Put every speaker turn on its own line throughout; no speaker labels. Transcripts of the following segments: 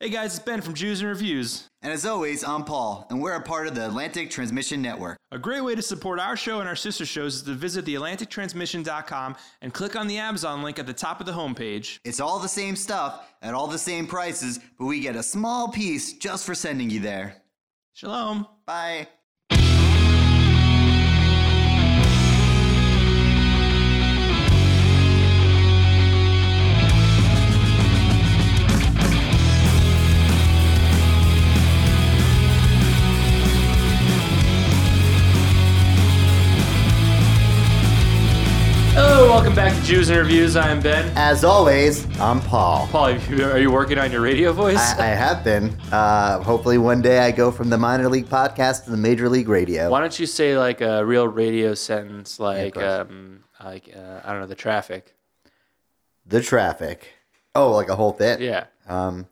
Hey guys, it's Ben from Jews and Reviews.
And as always, I'm Paul, and we're a part of the Atlantic Transmission Network.
A great way to support our show and our sister shows is to visit theatlantictransmission.com and click on the Amazon link at the top of the homepage.
It's all the same stuff at all the same prices, but we get a small piece just for sending you there.
Shalom.
Bye.
Hello, welcome back to Jews and Reviews. I am Ben.
As always, I'm Paul.
Paul, are you, are you working on your radio voice?
I, I have been. Uh, hopefully, one day I go from the minor league podcast to the major league radio.
Why don't you say like a real radio sentence, like
course.
um, like uh, I don't know, the traffic.
The traffic. Oh, like a whole bit.
Yeah.
Um,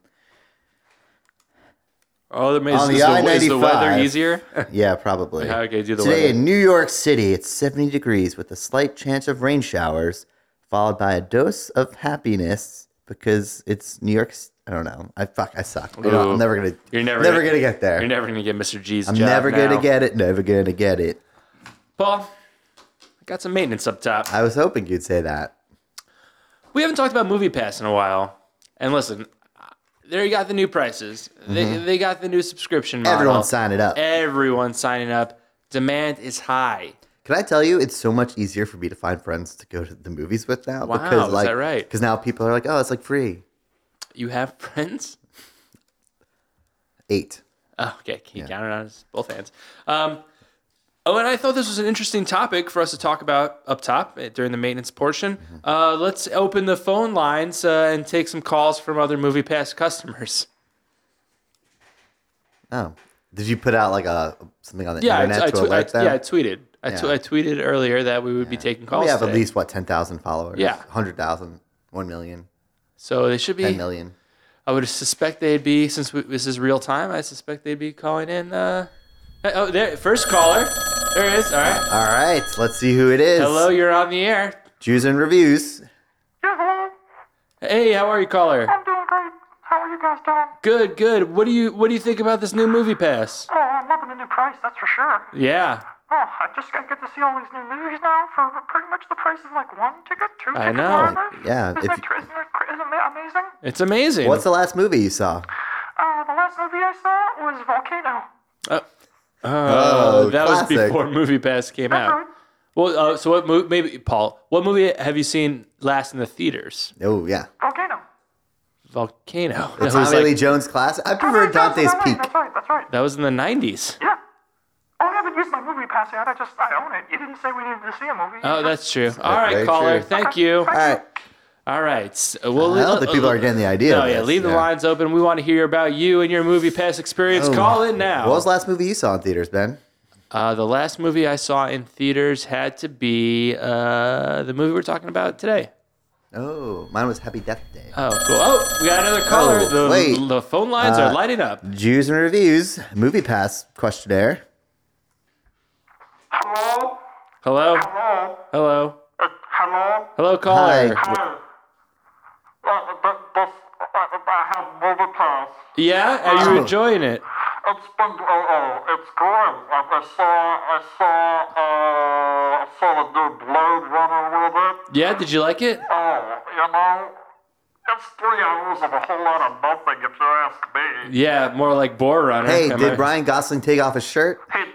Oh, the, is,
On
is
the
the, is the weather
I-95.
easier?
yeah, probably.
How okay, do the
Today
weather?
in New York City, it's 70 degrees with a slight chance of rain showers, followed by a dose of happiness because it's New York. C- I don't know. I fuck. I suck. You know,
Ooh.
I'm never gonna.
You're never
never
gonna-
gonna, get there.
You're never gonna get Mr. G's
I'm
job
never
now.
gonna get it. Never gonna get it.
Paul. I got some maintenance up top.
I was hoping you'd say that.
We haven't talked about MoviePass in a while. And listen, there you got the new prices. They, they got the new subscription model.
Mm-hmm. Everyone sign it up.
Everyone signing up. Demand is high.
Can I tell you, it's so much easier for me to find friends to go to the movies with now.
Wow, is that right?
Because now people are like, oh, it's like free.
You have friends?
Eight.
Oh, okay, he counted on his both hands. Um, oh, and I thought this was an interesting topic for us to talk about up top eh, during the maintenance portion.
Mm-hmm.
Uh, let's open the phone lines uh, and take some calls from other MoviePass customers.
Oh. Did you put out like a something on the
Yeah, I,
internet
I,
to
twe- I-
alert them?
yeah, I tweeted. I, tw-
Yeah.
I tweeted earlier that we would be taking calls.
We have
today.
at least what ten thousand followers.
Yeah.
hundred thousand, one million,
So they should be.
ten million.
I would suspect they'd be since we, this is real time. I suspect they'd be calling in. Uh, oh, there, first caller. There it is. All right.
All right, let's see who it is.
Hello, you're on the air.
Jews and reviews.
Hello,
Hey, how are you, caller?
I'm doing great. How are you guys doing?
Good, good. What do you What do you think about this new movie pass?
Oh, I'm loving the new price, that's for sure.
Yeah,
Oh, I just I get to see all these new movies now for pretty much the price of like one ticket, two
I
tickets,
know.
whatever.
Yeah,
Isn't,
if
that
you-
tr- isn't, that cr- isn't it amazing?
it's amazing.
What's the last movie you saw?
Uh, the last movie I saw was Volcano.
Uh, that
classic.
was before movie pass came out.
Right?
Well, uh, so what? Mo- maybe Paul. What movie have you seen last in the theaters?
Oh yeah,
Volcano.
Volcano.
the
That
Tommy
was, like-
Lee Jones classic. I
Oh,
prefer
right, that's-
Dante's
that's
Peak.
Right, that's right, that's right.
that was in the '90s.
Yeah. Oh, I haven't used my movie pass yet. I just I own it. You didn't say we needed to see a movie.
Oh, that's true. All right,
very
caller.
true.
Thank you.
All right,
All right. so We'll,
I hope the people are getting the idea.
No,
of
Oh, yeah,
this.
leave the lines open. We want to hear about you and your movie pass experience.
Oh.
Call in now.
What was the last movie you saw in theaters, Ben?
uh, the last movie I saw in theaters had to be uh, the movie we're talking about today.
Oh, mine was Happy Death Day.
Oh, cool. Oh, we got another caller.
Oh,
the,
wait.
the phone lines are
Uh,
lighting up.
Jews and reviews, movie pass questionnaire.
Hello?
Hello?
Hello?
Hello?
Uh, hello?
Hello,
Hi.
caller.
Hi. Uh, th- this, uh, I have movie pass.
Yeah? Are you
Oh.
enjoying it?
It's been oh, oh it's great. I, I saw I saw uh I saw the new Blade Runner with it.
Yeah, did you like it?
Oh, you know, it's three hours of a whole lot of nothing if you ask me.
Yeah, more like Boar Runner.
Hey,
Am
did
I-
Ryan Gosling take off his shirt?
He did it, and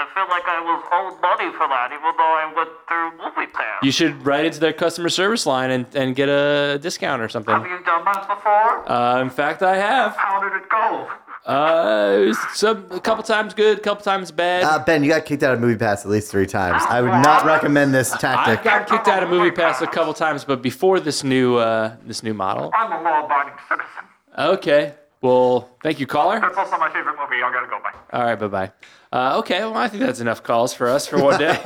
I feel like I was owed money for that, even though I went through movie pass.
You should write into their customer service line and, and get a discount or
have
something.
you done that before?
Uh, in fact, I have.
How did it go?
Uh, it was some a couple times good, a couple times bad.
Uh, ben, you got kicked out of movie pass at least three times. I would not recommend this
I've
tactic.
gotten kicked out of Movie Pass a couple times, but before this new uh, this new model.
I'm a law-abiding citizen.
Okay. Well, thank you, caller.
That's also my favorite movie. I gotta go bye.
All right, bye bye. Uh, okay, well, I think that's enough calls for us for one day.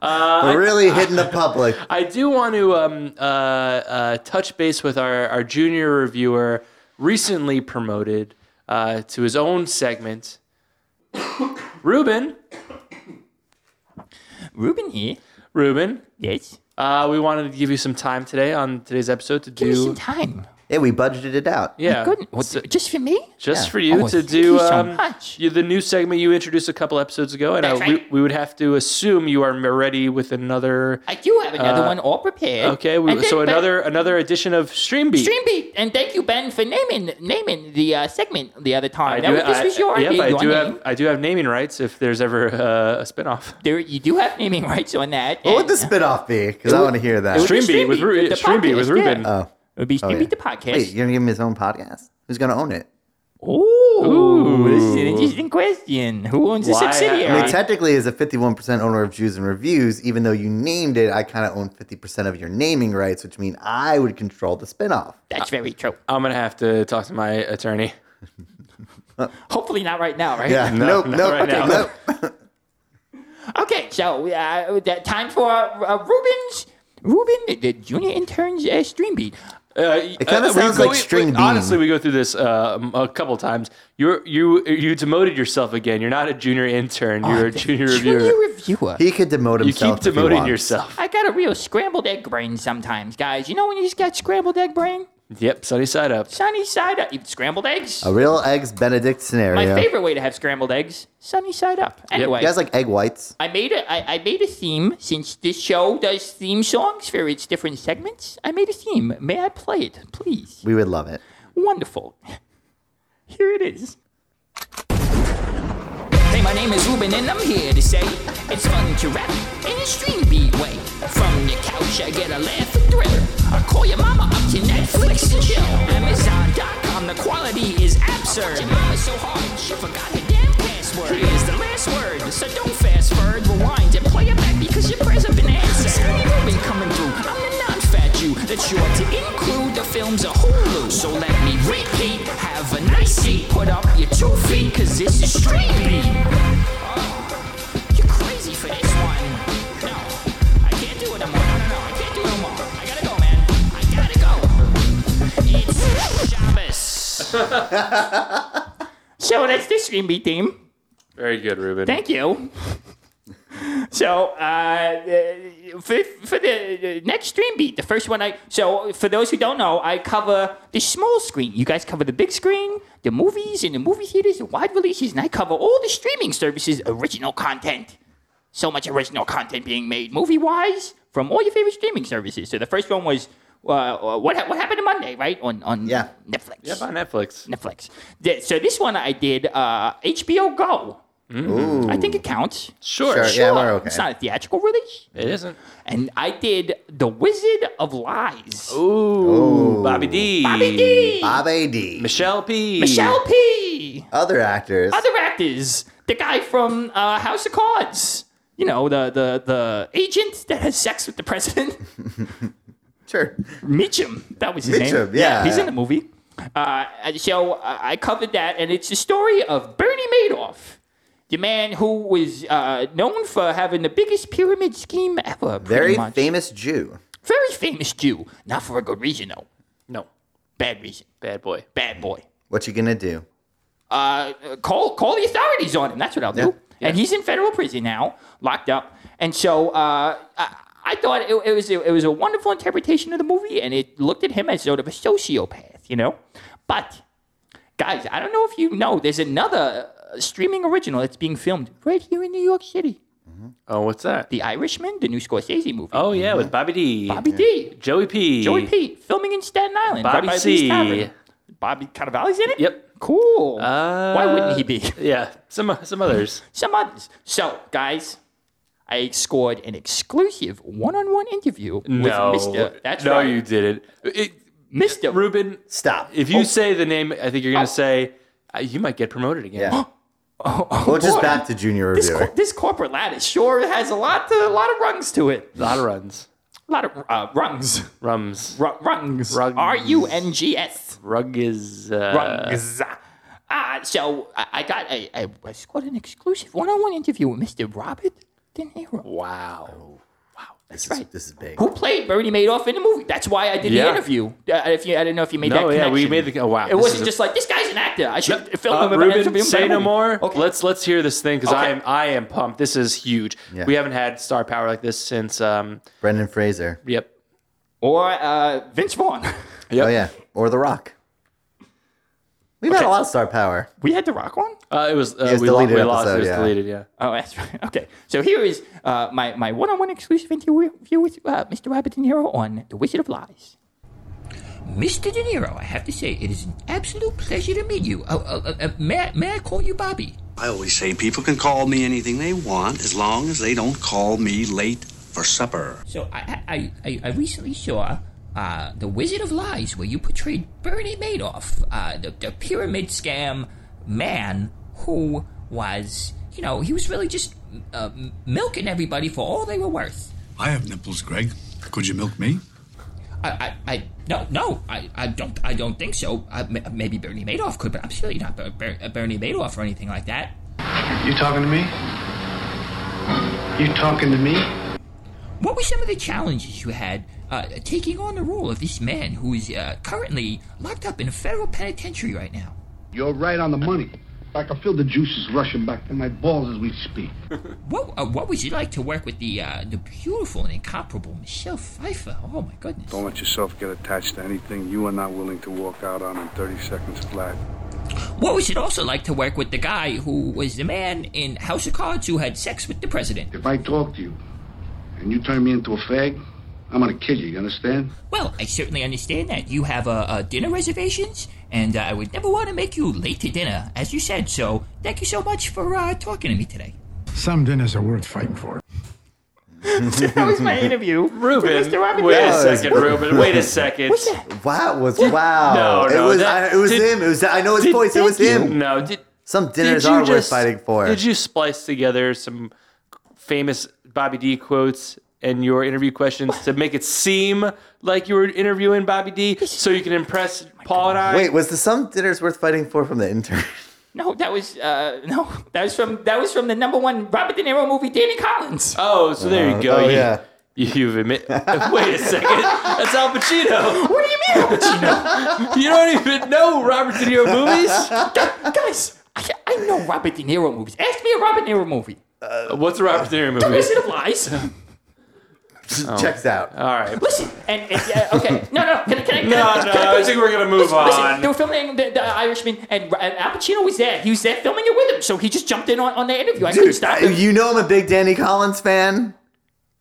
We're really hitting the public.
I do want to um, uh, uh, touch base with our, our junior reviewer, recently promoted uh, to his own segment. Ruben,
Ruben here.
Ruben,
Yes.
uh, we wanted to give you some time today on today's episode to
Give me some
do
time.
Yeah, we budgeted it out.
Yeah.
Good. What,
So-
just for me?
just
Yeah.
for you
Oh,
to
thank you
do
so
um,
much.
you- the new segment you introduced a couple episodes ago, and uh,
That's
we,
right.
we would have to assume you are ready with another.
I do have another
Uh,
one all prepared.
Okay, we,
And then-
so
but-
another another edition of Streambeat.
Stream beat, and thank you, Ben, for naming naming the uh, segment the other time.
I
That
do,
was- this
I,
was your
yep,
idea,
I
your
do
name.
have I do have naming rights if there's ever uh, a spinoff.
There, you do have naming rights on that.
What would
and
the spinoff be? Because I want to hear that.
would be
Streambeat with
Streambeat,
Ru-
the
Streambeat with
podcast,
Ruben.
yeah.
oh,
it would be
Oh,
Streambeat
yeah.
the podcast.
wait, you're gonna give him his own podcast? Who's gonna own it?
Ooh, this is an interesting question. Who owns the
Why-
subsidiary?
I mean,
Right.
technically, as a 51% owner of Jews and Reviews, even though you named it, I kind of own 50% of your naming rights, which mean I would control the spinoff.
That's very true.
I'm gonna have to talk to my attorney.
Hopefully not right now, right?
Yeah,
No,
nope,
not
nope,
right now.
nope.
Okay, so uh, that time for uh, Ruben's Ruben, the- the junior intern's uh, stream beat.
Uh,
It kinda
uh, we
sounds
go-
like
we-
string
we-
bean.
Honestly, we go through this uh, um, a couple times. You you you demoted yourself again. You're not a junior intern. You're a junior reviewer.
Oh, Junior reviewer.
He could demote
you
himself.
keep
if he
demoting
wants.
yourself.
I got a real scrambled egg brain sometimes, guys. You know when you just got scrambled egg brain?
Yep, sunny side up.
Sunny side up. Scrambled eggs?
Oh,
A real eggs Benedict
My
scenario.
favorite way to have scrambled eggs, sunny side up. Anyway,
You guys like egg whites?
I made a I, I made a theme since this show does theme songs for its different segments. I made a theme. May I play it, please?
We would love it.
Wonderful. Here it is. Hey, my name is Ruben, and I'm here to say it's fun to rap in a stream beat way. From your couch, I get a laugh and thriller. I call your mama up to Netflix and chill. Amazon.com, the quality is absurd. Your mama's so hard, she forgot her damn password. Here's the last word, so don't fast forward, rewind, and play it back because your prayers have been answered. Skinny Ruben coming through. I'm the non-fat you that's sure to include the films of Hulu. So let me repeat, have a nice seat, put up your two feet, cause this is stream beat. You're crazy for this one. No, I can't do it no more. No, no, no, I can't do it no more. I gotta go, man. I gotta go. It's Shabbos. so that's the Scream Beat theme.
Very good, Ruben.
Thank you. So uh, for, for the next stream beat, the first one I so for those who don't know, I cover the small screen. You guys cover the big screen, the movies and the movie theaters, the wide releases, and I cover all the streaming services, original content. So much original content being made movie wise from all your favorite streaming services. So the first one was uh, what ha- what happened on Monday, right? On on
Yeah.
Netflix.
Yep, on Netflix.
Netflix. Th- So this one I did uh, HBO Go. I think it counts.
Sure,
Sure, yeah.
sure.
we're okay.
It's not a theatrical release.
It isn't.
And I did The Wizard of Lies.
Ooh, Bobby D.
Oh. Bobby D.
Bob A.D.
Michelle P.
Michelle P.
Other actors.
Other actors. The guy from uh, House of Cards. You know, the, the, the agent that has sex with the president.
Sure.
Mitchum. That was his
Mitchum,
name.
yeah.
He's in the movie. Uh, and so uh, I covered that, and it's the story of Bernie Madoff, the man who was uh, known for having the biggest pyramid scheme ever. pretty
Very
much.
famous Jew.
Very famous Jew. Not for a good reason, though.
No,
Bad reason.
bad boy.
Bad boy.
What you gonna do?
Uh, uh, call call the authorities on him. That's what I'll do. And he's in federal prison now, locked up. And so uh, I, I thought it, it was it was a wonderful interpretation of the movie, and it looked at him as sort of a sociopath, you know. But guys, I don't know if you know, there's another uh, streaming original that's being filmed right here in New York City,
Oh, what's that?
The Irishman, the new Scorsese movie.
Oh yeah, with Bobby D.
Bobby D.
Joey P.
Joey P. filming in Staten Island.
Bobby
right by
C.
Lee's Tavern. Bobby Cannavale's in it.
Yep.
Cool. Why wouldn't he
Uh,
be?
Yeah, some some others.
Some others. So, guys, I scored an exclusive one-on-one interview with
no,
Mr. That's
no,
right,
you didn't. It,
Mr.
Ruben,
Stop.
if
Oh.
you say the name, I think you're gonna say uh, you might get promoted again.
Yeah.
Oh, oh,
Well, just
boy.
back to junior
This,
reviewer.
cor- this corporate ladder sure has a lot, to, a lot of rungs to it.
A lot of runs,
A lot of uh, rungs,
rums,
Ru- rungs,
Rungs.
R U N G S.
rug is uh,
Rungs. Ah, so I, I got a, I, I scored an exclusive one-on-one interview with Mr. Robert De Niro.
Wow.
This is,
right.
this is big.
who played Bernie Madoff in the movie. That's why I did
Yeah.
the interview. Uh, if you, I don't know if you made
No,
that
yeah,
connection.
we made the- oh, wow,
It
this
wasn't
is a-
just like this guy's an actor. I should film
Uh,
him. and
Ruben,
film him
say
in a
no
movie.
more.
Okay.
Let's let's hear this thing because
Okay.
I am I am pumped. This is huge.
Yeah.
We haven't had star power like this since. Um,
Brendan Fraser.
yep.
Or uh, Vince Vaughn.
Yep.
Oh yeah. or The Rock. We've had a lot of star power.
We had the rock one.
Uh, it was, uh,
was
we, lo-
deleted
we lost.
episode,
it was
yeah.
deleted. Yeah.
Oh, that's right. Okay. So here is uh, my my one-on-one exclusive interview with uh, Mr. Robert De Niro on The Wizard of Lies.
Mr. De Niro, I have to say, it is an absolute pleasure to meet you. Uh, uh, uh, uh, may, I- may I call you Bobby?
I always say people can call me anything they want as long as they don't call me late for supper.
So I, I, I, I recently saw uh, The Wizard of Lies, where you portrayed Bernie Madoff, uh, the, the pyramid scam man who was, you know, he was really just uh, m- milking everybody for all they were worth.
I have nipples, Greg. Could you milk me?
I, I, I no, no, I, I don't, I don't think so. I, m- maybe Bernie Madoff could, but I'm surely not Ber- Ber- uh, Bernie Madoff or anything like that.
You talking to me? You talking to me?
What were some of the challenges you had uh, taking on the role of this man who is uh, currently locked up in a federal penitentiary right now?
You're right on the money. I can feel the juices rushing back in my balls as we speak.
What uh, what was it like to work with the uh, the beautiful and incomparable Michelle Pfeiffer? Oh my goodness!
Don't let yourself get attached to anything you are not willing to walk out on in 30 seconds flat.
What was it also like to work with the guy who was the man in House of Cards who had sex with the president?
If I talk to you and you turn me into a fag, I'm gonna kill you, you understand?
Well, I certainly understand that you have uh, uh, dinner reservations, and uh, I would never want to make you late to dinner, as you said. So, thank you so much for uh, talking to me today.
Some dinners are worth fighting for.
That was my interview.
Ruben,
Mr. Robert
wait a
Downey.
second, Ruben. Wait a second.
Wow, was wow.
No, no,
it was
that-
I, it was
did-
him. It was I know his
Did-
voice. It was
thank you.
him.
No, did,
Some
did
dinners
you
are worth
just-
fighting for.
Did you splice together some famous Bobby D quotes and your interview questions to make it seem like you were interviewing Bobby D, so you can impress Paul and I?
Wait, was the some dinners worth fighting for from the intern?
No, that was uh, no, that was from that was from the number one Robert De Niro movie, Danny Collins.
Oh, so there you go.
oh,
You-
yeah.
You've admit. Wait a second. That's Al Pacino.
what do you mean, Al Pacino?
You don't even know Robert De Niro movies.
Guys, I, I know Robert De Niro movies. Ask me a Robert De Niro movie.
What's a Robert De Niro movie?
Wizard of Lies.
Checks out.
All right.
Listen, and, and uh, okay, no, no, can, I- can I? Can
No,
I,
no.
can I
I think we're gonna move
Listen, they
on.
were filming the, the Irishman, and, and Al Pacino was there. He was there filming it with him, so he just jumped in on, on the interview. I couldn't
Dude,
stop
I-
him.
you know I'm a big Danny Collins fan.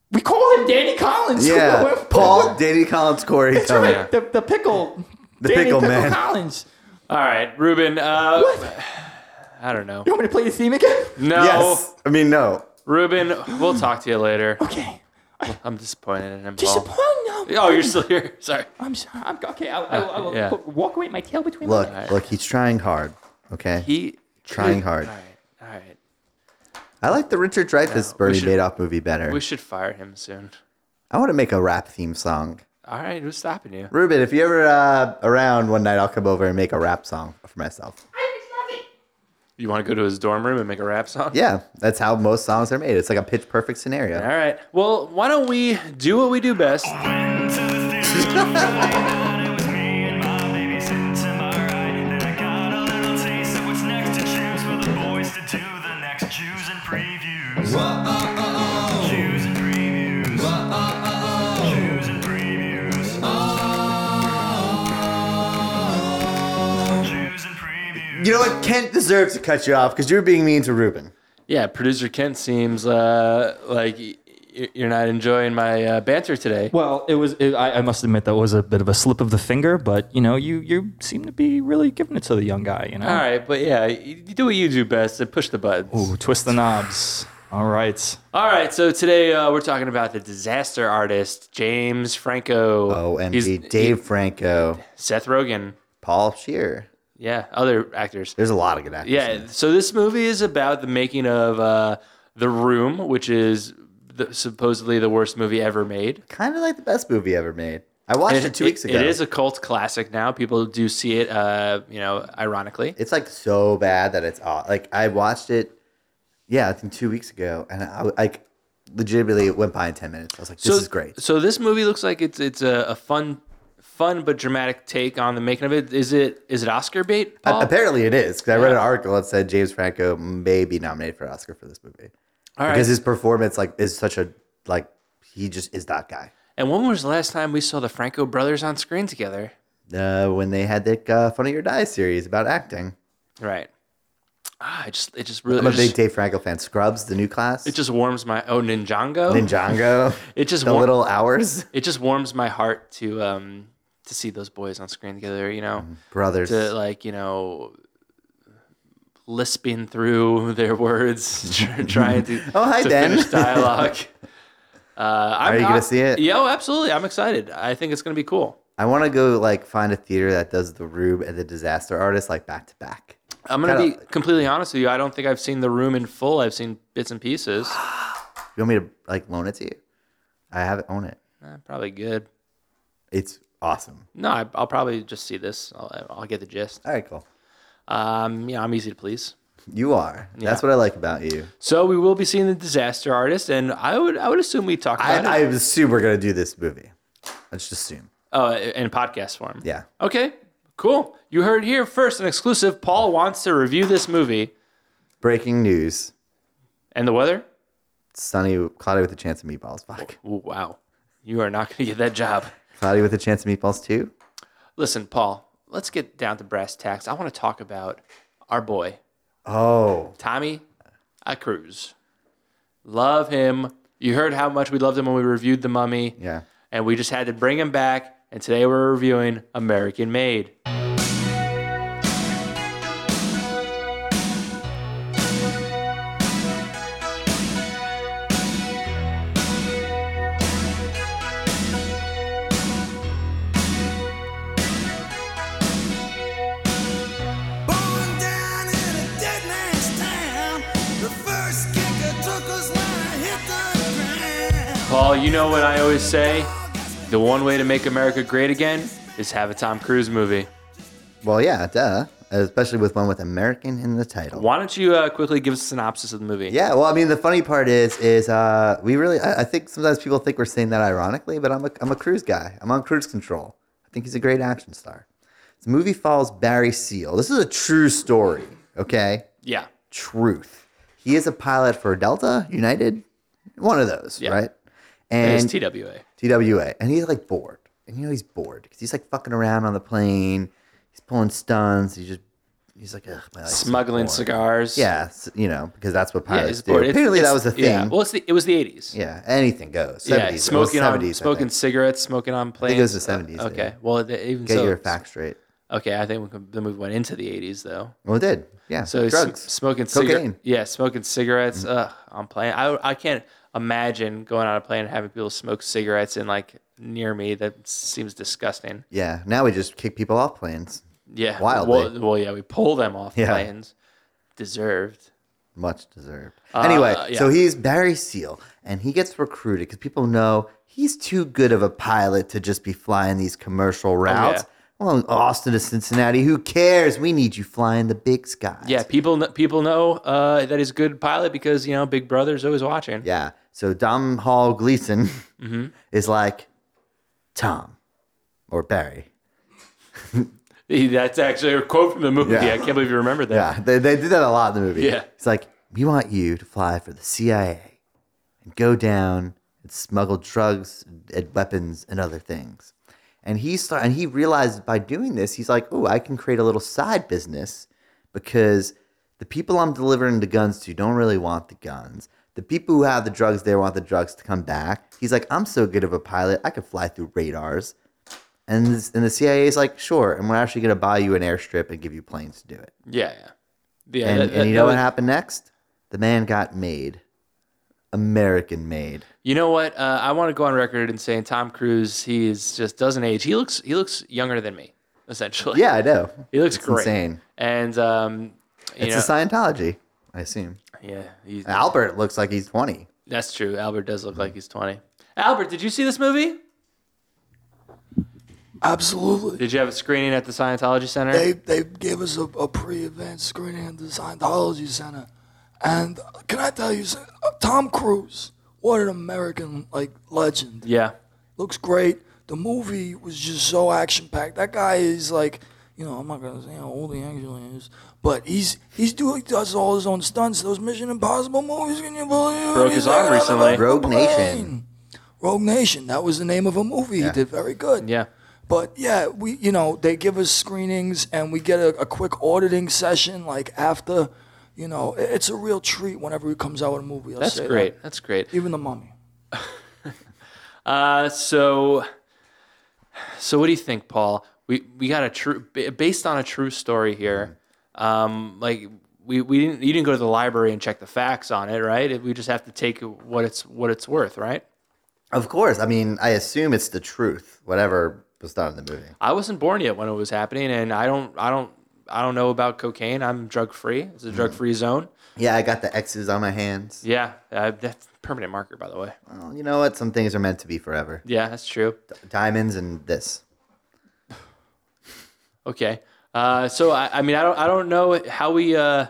we call him Danny Collins.
Yeah, Paul, Danny Collins, Corey.
That's right. The, the pickle.
The
Danny
pickle man.
Collins.
All right, Ruben. Uh,
What?
I don't know.
You want me to play the theme again?
No,
Yes, I mean no.
Ruben. We'll talk to you later.
Okay.
I'm disappointed in him.
Disappointed.
Paul.
No.
Oh, you're still here. Sorry.
I'm sorry. I'm, okay. I'll, I'll, I'll
Yeah.
put- walk away. My tail between. my
Look,
legs.
look, he's trying hard. Okay,
He
trying hard.
All right, all right.
I like the Richard Dreyfuss Bernie
should-
Madoff movie better.
We should fire him soon.
I want to make a rap theme song.
All right, who's stopping you?
Ruben, if you ever uh, around one night, I'll come over and make a rap song for myself.
You want to go to his dorm room and make a rap song?
Yeah, that's how most songs are made. It's like a pitch perfect scenario.
All right. Well, why don't we do what we do best?
You know what? Kent deserves to cut you off because you're being mean to Ruben.
Yeah, producer Kent seems uh, like y- y- you're not enjoying my uh, banter today.
Well, it was. It, I, I must admit that was a bit of a slip of the finger, but you know, you you seem to be really giving it to the young guy. You know,
All right, but yeah, you you do what you do best and push the buttons.
Ooh, twist the knobs. All right.
All right, so today uh, we're talking about the disaster artist James Franco. He's-
OMG, Dave Franco,
Seth Rogen.
Paul Shear.
Yeah, other actors.
There's a lot of good actors. in
Yeah,
it.
so this movie is about the making of uh, The Room, which is the, supposedly the worst movie ever made.
kind of like the best movie ever made. I watched it, two weeks ago.
It is a cult classic now. People do see it, uh, you know, ironically.
It's like so bad that it's aw- like I watched it. Yeah, I think two weeks ago, and I like legitimately it went by in ten minutes. I was like, this
so,
is great.
So this movie looks like it's it's a, a fun, fun but dramatic take on the making of it. Is it is it Oscar bait?
A-
Paul?
Apparently, it is because I read an article that said James Franco may be nominated for an Oscar for this movie
All right.
because his performance like is such a like he just is that guy.
and when was the last time we saw the Franco brothers on screen together?
uh, when they had that uh, Funny or Die series about acting.
Right. Ah, I just it just really
I'm a
it just,
big Dave Frankel fan. Scrubs, the new class.
it just warms my oh Ninjago.
Ninjago.
It just
the
wa-
little hours.
It just warms my heart to um to see those boys on screen together. You know,
Mm-hmm. Brothers.
to like you know lisping through their words, tr- trying to
Oh, hi,
to
Dan.
finish dialogue. Uh, I'm,
Are you gonna
I'm-
see it?
Yeah, oh, absolutely. I'm excited. I think it's gonna be cool.
I want to go like find a theater that does the Rube and the Disaster Artist like back to back.
I'm gonna
Kinda-
be completely honest with you. I don't think I've seen the room in full. I've seen bits and pieces.
You want me to like loan it to you? I have it own it.
Eh, probably good.
It's awesome.
No, I, I'll probably just see this. I'll, I'll get the gist.
All right, cool.
Um, yeah, I'm easy to please.
You are. That's what I like about you.
So we will be seeing the Disaster Artist, and I would I would assume we talk about
I, I
it.
assume we're gonna do this movie. Let's just assume.
Oh, in podcast form.
Yeah.
Okay. Cool. You heard here first, an exclusive. Paul wants to review this movie
Breaking news:
and the weather.
Sunny, cloudy with a chance of meatballs. Fuck.
Ooh, wow, you are not going to get that job.
Cloudy with a chance of meatballs too.
Listen, Paul. Let's get down to brass tacks. I want to talk about our boy
Oh,
Tommy I Cruz. Love him. You heard how much we loved him when we reviewed The Mummy.
yeah.
and we just had to bring him back. And today we're reviewing American Made. Paul, you know what I always say? The one way to make America great again is have a Tom Cruise movie.
Well, yeah, duh. Especially with one with American in the title.
Why don't you uh, quickly give us a synopsis of the movie?
Yeah, well, I mean, the funny part is, is uh, we really, I, I think sometimes people think we're saying that ironically, but I'm a, I'm a cruise guy. I'm on cruise control. I think he's a great action star. The movie follows Barry Seal. This is a true story, okay?
Yeah.
Truth. He is a pilot for Delta, United, one of those,
Yeah.
right?
It's
And
TWA.
TWA, and he's like bored, and you know he's bored because he's like fucking around on the plane. He's pulling stunts. He just, he's like, Ugh, my life's so
Smuggling
boring."
cigars.
Yeah, s- you know, because that's what
Yeah,
pilots
it's
do.
bored. It's-
Apparently, that was
it's-
a thing.
Yeah. Well, it's the, it was the 80s.
Yeah, anything goes. 70s,
Yeah,
well,
smoking on
70s, I
smoking
think.
cigarettes, smoking on planes.
it goes to 70s,
Okay.
yeah.
Well, th- even
Get
so.
your facts straight.
Okay, I think we can, the movie went into the 80s though.
Well, it did. Yeah.
So he's
drugs,
smoking cigarettes.
cocaine. Mm-hmm.
Yeah, smoking cigarettes. Ugh, on plane. I I can't imagine going on a plane and having people smoke cigarettes and like near me. That seems disgusting.
Yeah. Now we just kick people off planes.
Yeah,
Wildly.
Well, well yeah, we pull them off
Yeah.
planes. Deserved.
Much deserved. anyway,
Uh, yeah.
so he's Barry Seal, and he gets recruited because people know he's too good of a pilot to just be flying these commercial
Oh,
routes. Well, Austin to Cincinnati, who cares? We need you flying the big skies.
Yeah, people kn- people know uh, that he's a good pilot because you know Big Brother's always watching.
Yeah. So Dom Hall Gleason is like Tom or Barry.
That's actually a quote from the movie.
Yeah.
I can't believe you remember that.
Yeah, they, they did that a lot in the movie.
Yeah.
It's like, we want you to fly for the CIA and go down and smuggle drugs and weapons and other things. And he start, and he realized by doing this, he's like, oh, I can create a little side business because the people I'm delivering the guns to don't really want the guns. The people who have the drugs there want the drugs to come back. He's like, I'm so good of a pilot, I could fly through radars. And, this, and the CIA is like, sure, and we're actually going to buy you an airstrip and give you planes to do it.
yeah, yeah. Yeah,
And,
that- that-
and you
that
know
was-
what happened next? The man got made. American made.
You know what? Uh, I want to go on record and saying Tom Cruise. He is just doesn't age. He looks he looks younger than me, essentially.
Yeah, I know.
he looks
It's
great.
insane.
And um, you
It's
know,
a Scientology, I assume.
yeah, he's,
Albert looks like he's 20.
that's true. Albert does look like he's twenty. Albert, did you see this movie?
Absolutely.
Did you have a screening at the Scientology Center?
They they gave us a, a pre-event screening at the Scientology Center, and uh, can I tell you, something? Uh, Tom Cruise, what an American like legend.
yeah,
Looks great. The movie was just so action packed. That guy is like, you know, I'm not gonna say how old he actually is, but he's he's doing does all his own stunts. Those Mission Impossible movies, can you believe? it?
Broke his
He's like,
arm
"I'm
recently."
on a
Rogue Nation.
plane." Rogue Nation. That was the name of a movie. He did very good.
yeah.
But yeah, we you know they give us screenings and we get a, a quick auditing session like after, you know, i- it's a real treat whenever he comes out with a movie. I'll
That's
say that.
great. That's great.
Even the Mummy.
Uh, so, so what do you think, Paul? We we got a true ba- based on a true story here. Um, like we, we didn't you didn't go to the library and check the facts on it, right? We just have to take what it's what it's worth, right?
Of course. I mean, I assume it's the truth, whatever was done in the movie.
I wasn't born yet when it was happening, and I don't I don't I don't know about cocaine. I'm drug free. It's a
Mm-hmm.
drug free zone.
Yeah, I got the X's on my hands.
Yeah, uh, that's permanent marker, by the way.
Well, you know what? Some things are meant to be forever.
Yeah, that's true.
Diamonds and this.
Okay. Uh, so I, I mean, I don't, I don't know how we, uh,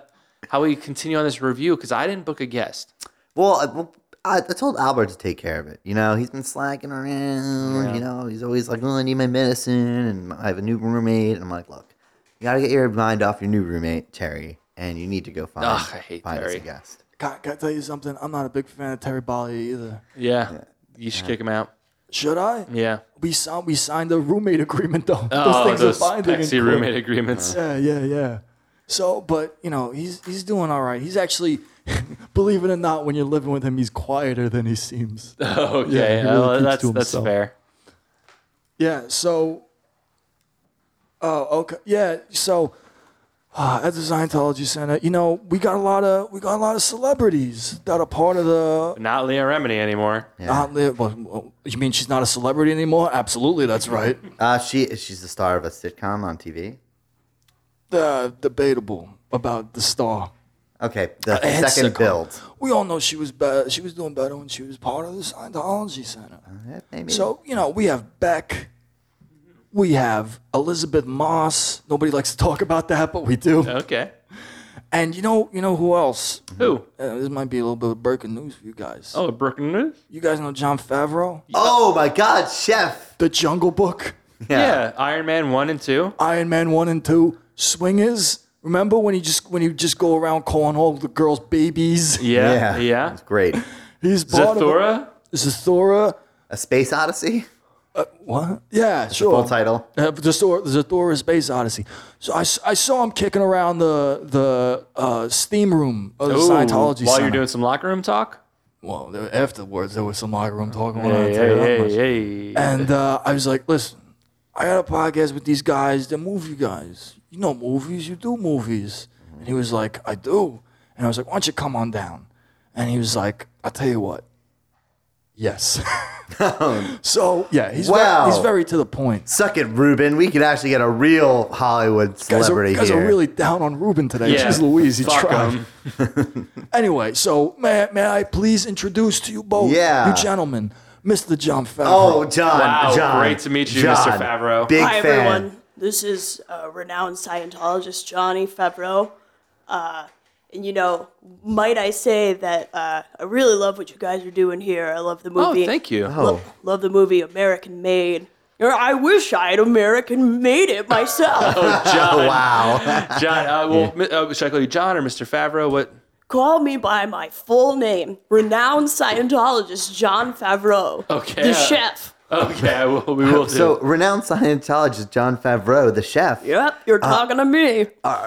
how we continue on this review because I didn't book a guest.
Well, I- well, I, I told Albert to take care of it. You know, he's been slacking around. You know, he's always like, "Well, I need my medicine," and I have a new roommate. And I'm like, "Look, you gotta get your mind off your new roommate, Terry, and you need to go find
Ugh, I hate
find us
Terry.
a guest."
Can, can I tell you something? I'm not a big fan of Terry Bollea either.
Yeah, you should kick him out.
Should I?
Yeah.
We signed we signed a roommate agreement though.
Oh,
those things
those
are binding. in
sexy
court.
roommate agreements.
Yeah, yeah, yeah. So, but you know, he's he's doing all right. He's actually, believe it or not, when you're living with him, he's quieter than he seems.
okay,
Yeah, he really
well,
keeps to
that's that's
himself.
fair.
Yeah. So. Oh, okay. Yeah. So, uh, at the Scientology Center, you know, we got a lot of we got a lot of celebrities that are part of the.
Not Leah Remini anymore.
Not li- well, well, you mean she's not a celebrity anymore? Absolutely, that's right.
Uh, she she's the star of a sitcom on TV.
Uh, debatable about the star.
Okay, the
and
second
sitcom.
build.
We all know she was better. She was doing better when she was part of the Scientology Center.
Uh, Yeah, maybe.
So, you know, we have Beck. We have Elizabeth Moss. Nobody likes to talk about that, but we do.
Okay.
And you know, you know who else?
Who?
Uh, this might be a little bit of breaking news for you guys.
Oh, Brooklyn News.
You guys know John Favreau?
oh my God, Chef.
The Jungle Book,
Yeah. Iron Man one and two.
Iron Man 1 and 2, Swingers. Remember when he just when he just go around calling all the girls babies?
Yeah, yeah.
it's great.
He's part of
Zathura.
it. Zathura.
A Space Odyssey.
What? Yeah, sure.
Full title.
Uh, the Thor, the Thor Space Odyssey. So I, s- I saw him kicking around the the uh, steam room of the
Ooh,
Scientology
While
Center.
you're doing some locker room talk. Oh,
well, there- afterwards there was some locker room talking about
Hey,
it. I'll tell you that
hey,
much.
hey, hey.
And uh, I was like, listen, I got a podcast with these guys. They're movie guys. You know movies. You do movies. And he was like, I do. And I was like, why don't you come on down? And he was like, I'll tell you what. Yes. so yeah, he's
Wow.
very, he's very to the point.
Suck it, Ruben. We could actually get a real Hollywood
guys are,
celebrity
guys
here.
are really down on Ruben today.
Yeah.
She's Louise. He
Fuck
tried.
him.
Anyway, so may, may I please introduce to you both,
Yeah.
you gentlemen, Mr. John
Oh,
Favreau.
John.
Wow,
John.
great to meet you, Mr. Favreau.
Big
Hi,
fan.
everyone. This is uh, renowned Scientologist Johnny Favreau. Uh, and, you know, might I say that uh, I really love what you guys are doing here. I love the movie.
Oh, thank you.
Oh,
Love the movie American Made. Or I wish I had American made it myself.
John.
Oh, wow.
John. Uh, well, mi- uh, should I call you John or Mr. Favreau? What?
Call me by my full name, renowned Scientologist John Favreau,
Okay. Uh,
the chef.
Okay, I will, we will do.
so, renowned Scientologist John Favreau, the chef.
Yep, you're talking to me.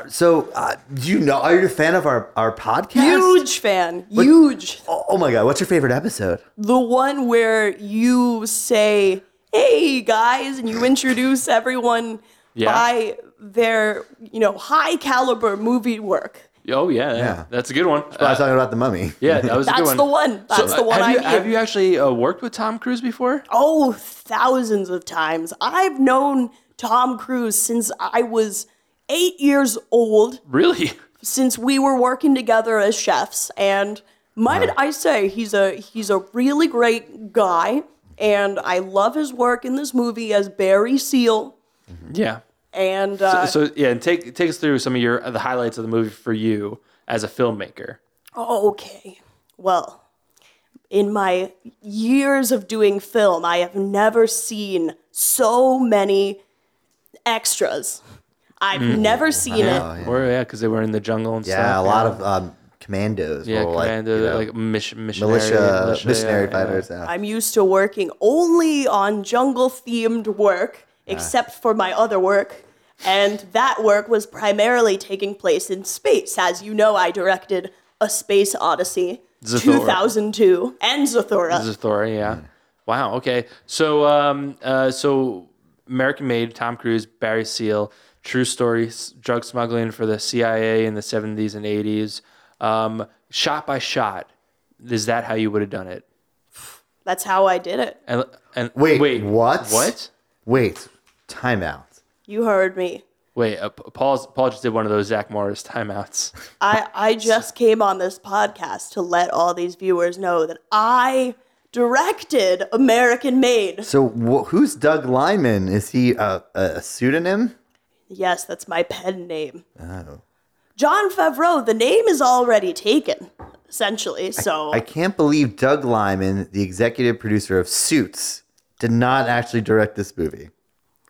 So, uh, do you know, are you a fan of our, our podcast?
Huge fan, huge.
Oh, oh my God. What's your favorite episode?
The one where you say, "Hey guys," and you introduce everyone
Yeah.
by their, you know, high caliber movie work.
oh yeah, yeah,
Yeah.
that's a good one.
I was
Uh,
talking about the mummy.
yeah, that was a good
That's
one.
the one.
So,
That's the
uh,
one
have
I
you,
mean.
have you actually uh, worked with Tom Cruise before?
Oh, thousands of times. I've known Tom Cruise since I was eight years old.
Really?
since we were working together as chefs and might I say he's a he's a really great guy and I love his work in this movie as Barry Seal
Yeah.
and uh,
So yeah, and take take us through some of your uh, the highlights of the movie for you as a filmmaker.
Okay. Well, in my years of doing film, I have never seen so many extras. I've never seen it.
Or yeah, because they were in the jungle and
Oh, Yeah,
stuff.
a lot of um, commandos.
yeah,
were
commando,
like, you know,
like mish, missionary,
militia,
militia,
missionary
yeah, yeah.
fighters. Yeah.
I'm used to working only on jungle themed work
except for my other work. And that work was primarily taking place in space. As you know, I directed A Space Odyssey
Zathura.
2002 and Zathura.
This is Thor, yeah. Wow. Okay. So, um, uh, so American Made, Tom Cruise, Barry Seal, true story, s- drug smuggling for the CIA in the seventies and eighties, um, shot by shot. Is that how you would have done it?
That's how I did it.
And, and
Wait,
wait,
what?
What?
Wait, timeout.
You heard me.
Wait, uh, P- Paul's, Paul just did one of those Zach Morris timeouts.
I, I just came on this podcast to let all these viewers know that I directed American Made.
So wh- who's Doug Lyman? Is he a, a pseudonym?
Yes, that's my pen name.
Oh.
John Favreau, the name is already taken, essentially. So
I can't believe Doug Lyman, the executive producer of Suits, did not actually direct this movie.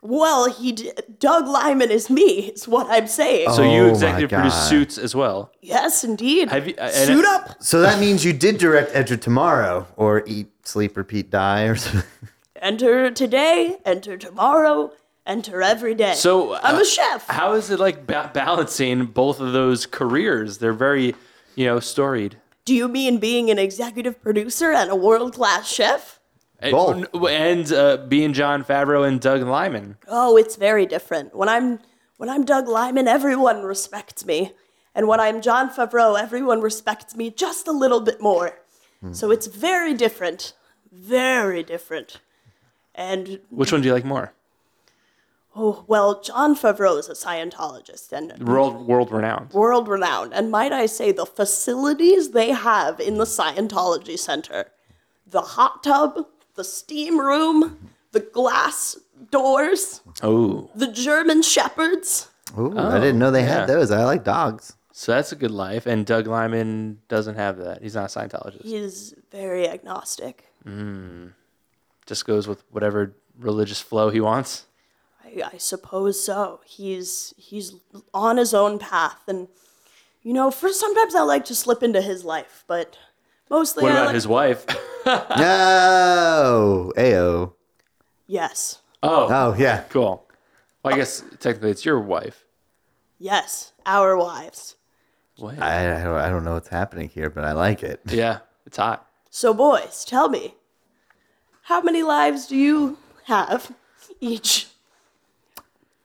Well, he d- Doug Lyman is me. Is what I'm saying.
so
Oh
you
my
executive produced
God.
Suits as well.
yes, indeed.
Have you- uh, and-
Suit up.
So that means you did direct Edge of Tomorrow or Eat, Sleep, Repeat, Die or something.
Enter today. Enter tomorrow. Enter every day.
So uh,
I'm a chef.
How is it like ba- balancing both of those careers? They're very, you know, storied.
Do you mean being an executive producer and a world class chef?
And-
Both.
And uh, being John Favreau and Doug Lyman.
Oh, it's very different. When I'm when I'm Doug Lyman, everyone respects me, and when I'm John Favreau, everyone respects me just a little bit more. So it's very different, very different. And
Which one do you like more?
oh well, John Favreau is a Scientologist and
World world renowned.
world renowned, and might I say, the facilities they have in the Scientology Center, the hot tub, the steam room, the glass doors,
Oh,
the German shepherds.
Ooh, I didn't know they
yeah.
had those. I like dogs.
so that's a good life. And Doug Lyman doesn't have that. He's not a Scientologist.
He's very agnostic.
Just goes with whatever religious flow he wants.
I, I suppose so. He's he's on his own path, and you know, for sometimes I like to slip into his life, but mostly
What
I
about
like-
his wife?
No, ayo.
yes,
Oh,
Oh yeah,
cool. Well, I guess technically it's your wife.
yes, our wives.
What?
I, I don't I don't know what's happening here, but I like it.
yeah, it's hot.
So, boys, tell me, how many lives do you have each?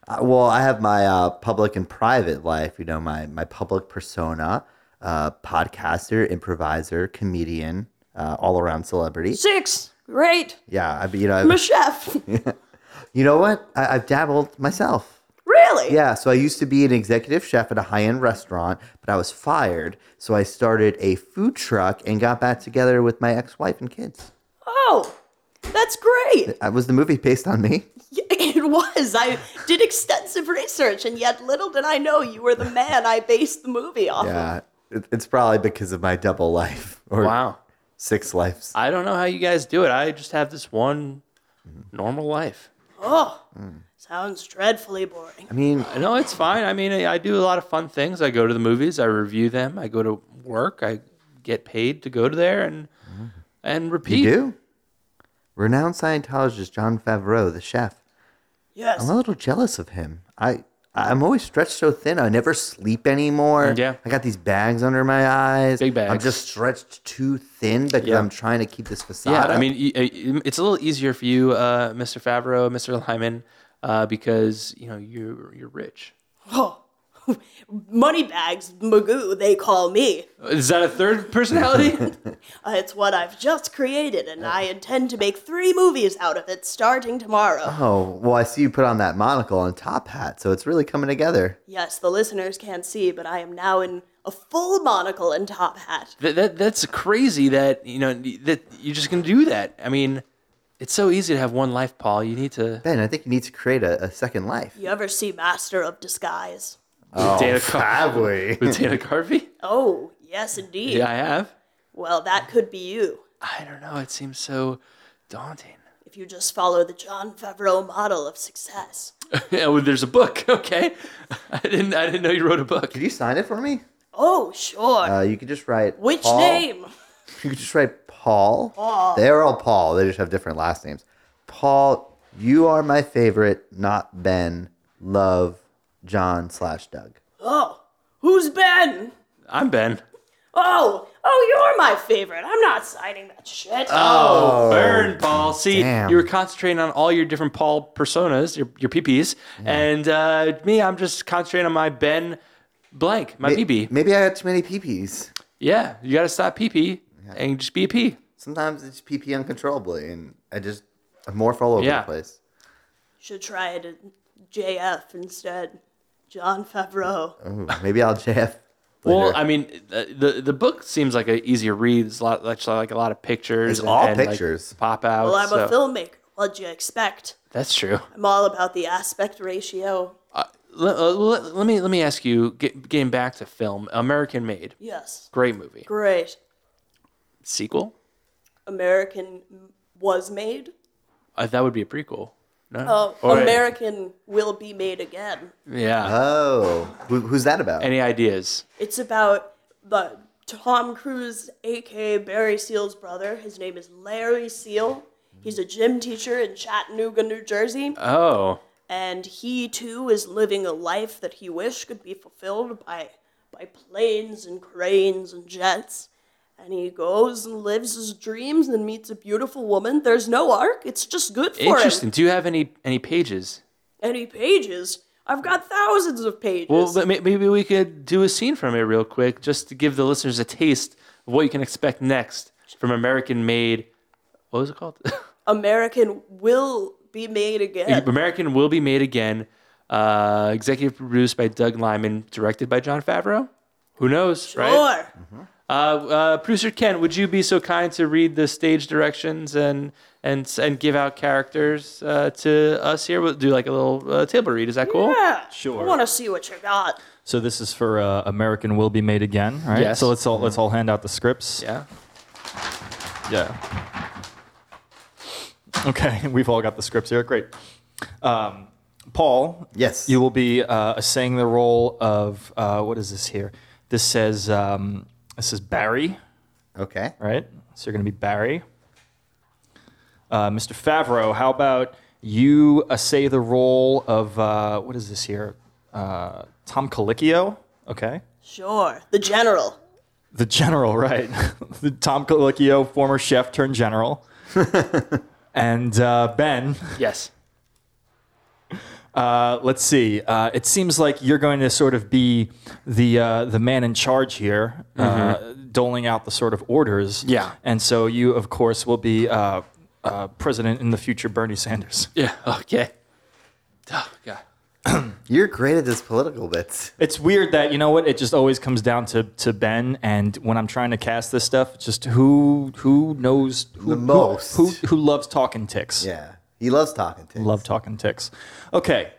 Uh, well, I have my uh, public and private life. You know, my my public persona, uh, podcaster, improviser, comedian, uh, all around celebrity.
Six. Great.
Yeah, I, you know,
I'm a
I've,
chef.
you know what? I, I've dabbled myself.
Really?
Yeah, so I used to be an executive chef at a high end restaurant, but I was fired. So I started a food truck and got back together with my ex wife and kids.
Oh, that's great.
Uh, was the movie based on me?
Yeah, It was. I did extensive research, and yet little did I know you were the man I based the movie off of.
Yeah, it, it's probably because of my double life or
Wow.
six lives.
I don't know how you guys do it. I just have this one normal life.
Oh, sounds dreadfully boring.
I mean,
No, it's fine. I mean, I I do a lot of fun things. I go to the movies. I review them. I go to work. I get paid to go to there and and repeat.
Mm-hmm. you do? Renowned Scientologist John Favreau, the chef.
Yes.
I'm a little jealous of him. I I'm always stretched so thin. I never sleep anymore.
Yeah.
I got these bags under my eyes.
Big
I'm
bags.
just stretched too thin because
Yeah.
I'm trying to keep this facade.
Yeah, I
up.
mean, y- y- it's a little easier for you, uh, Mr. Favreau, Mr. Lyman, uh, because you know you're you're rich.
Oh. Moneybags Magoo, they call me.
Is that a third personality?
Uh, it's what I've just created,
Uh.
and I intend to make three movies out of it starting tomorrow.
Oh, well, I see you put on that monocle and top hat, so it's really coming together.
Yes, the listeners can't see, but I am now in a full monocle and top hat.
that, that that's crazy. That you know that you're just gonna do that. I mean, it's so easy to have one life, Paul. You need to
Ben, I think you need to create a, a second life.
You ever see Master of Disguise?
Dana Car-
Probably.
with Dana Carvey.
Oh, yes, indeed.
Yeah, I have.
Well, that could be you.
I don't know. It seems so daunting.
if you just follow the John Favreau model of success.
Yeah, well, there's a book. Okay, I didn't. I didn't know you wrote a book.
Could you sign it for me?
Oh, sure.
Uh, you could just write
Which
Paul-
name?
You could just write Paul. They're all Paul. They just have different last names. Paul You are my favorite, not Ben. Love John slash Doug.
Oh, who's Ben?
I'm Ben.
Oh, oh, you're my favorite. I'm not signing that shit.
Oh, burn, Paul. See,
damn.
you were concentrating on all your different Paul personas, your, your PPs, and uh, me, I'm just concentrating on my Ben blank, my BB.
Maybe I got too many PPs.
Yeah, you got to stop PP and just be a P.
Sometimes it's PP uncontrollably, and I just I'm morph all over
Yeah.
the place.
Should try it at JF instead. John Favreau.
Ooh, maybe I'll JF.
Well, I mean, uh, the the book seems like a easier read. It's a lot, actually, like a lot of pictures.
It's all
like,
pictures.
pop out.
Well, I'm
so-
a filmmaker. What'd you expect?
That's true.
I'm all about the aspect ratio.
Let, uh, let, let me let me ask you. Get, getting back to film, American Made,
Yes.
great movie.
Great.
Sequel?
American was made.
Uh, that would be a prequel. No.
Oh,
Or-
American will be made again.
Yeah.
Oh, Who, who's that about?
Any ideas?
It's about the Tom Cruise, aka Barry Seal's brother. His name is Larry Seal. He's a gym teacher in Chattanooga, New Jersey.
Oh,
and he too is living a life that he wished could be fulfilled by by planes and cranes and jets and he goes and lives his dreams and meets a beautiful woman there's no arc it's just good for
interesting.
him
Do you have any any pages?
any pages i've got thousands of pages
Well, but may- maybe we could do a scene from it real quick, just to give the listeners a taste of what you can expect next from American Made. What was it called?
american will be made again
American Will Be Made Again. Uh, executive produced by Doug Lyman, directed by John Favreau. Who knows, right?
Sure.
Uh, uh, producer Ken, would you be so kind to read the stage directions and and and give out characters uh, to us here? We'll do like a little uh, table read. Is that cool?
yeah i
Sure.
want to see what you got
So this is for uh, American Will Be Made Again, right?
Yes.
So let's all let's all hand out the scripts.
Yeah.
Yeah. Okay, we've all got the scripts here. Great. Um, Paul.
Yes.
You will be uh, assaying the role of uh, what is this here? This says um, this says Barry.
Okay.
Right. So you're going to be Barry. Uh, Mr. Favreau, how about you assay the role of uh, what is this here? Uh, Tom Colicchio. Okay.
sure the general
The general, right? the Tom Colicchio, former chef turned general. and uh, Ben,
Yes.
uh, let's see. Uh, it seems like you're going to sort of be the uh, the man in charge here, uh, doling out the sort of orders.
Mm-hmm. Yeah.
And so you, of course, will be uh, uh, president in the future, Bernie Sanders.
Yeah. Okay. Oh God.
You're great at this political bits.
It's weird that you know what it just always comes down to to Ben, and when I'm trying to cast this stuff, it's just who who knows who,
The most.
who who, who loves talking ticks.
Yeah, he loves talking to.
Love talking ticks. Okay.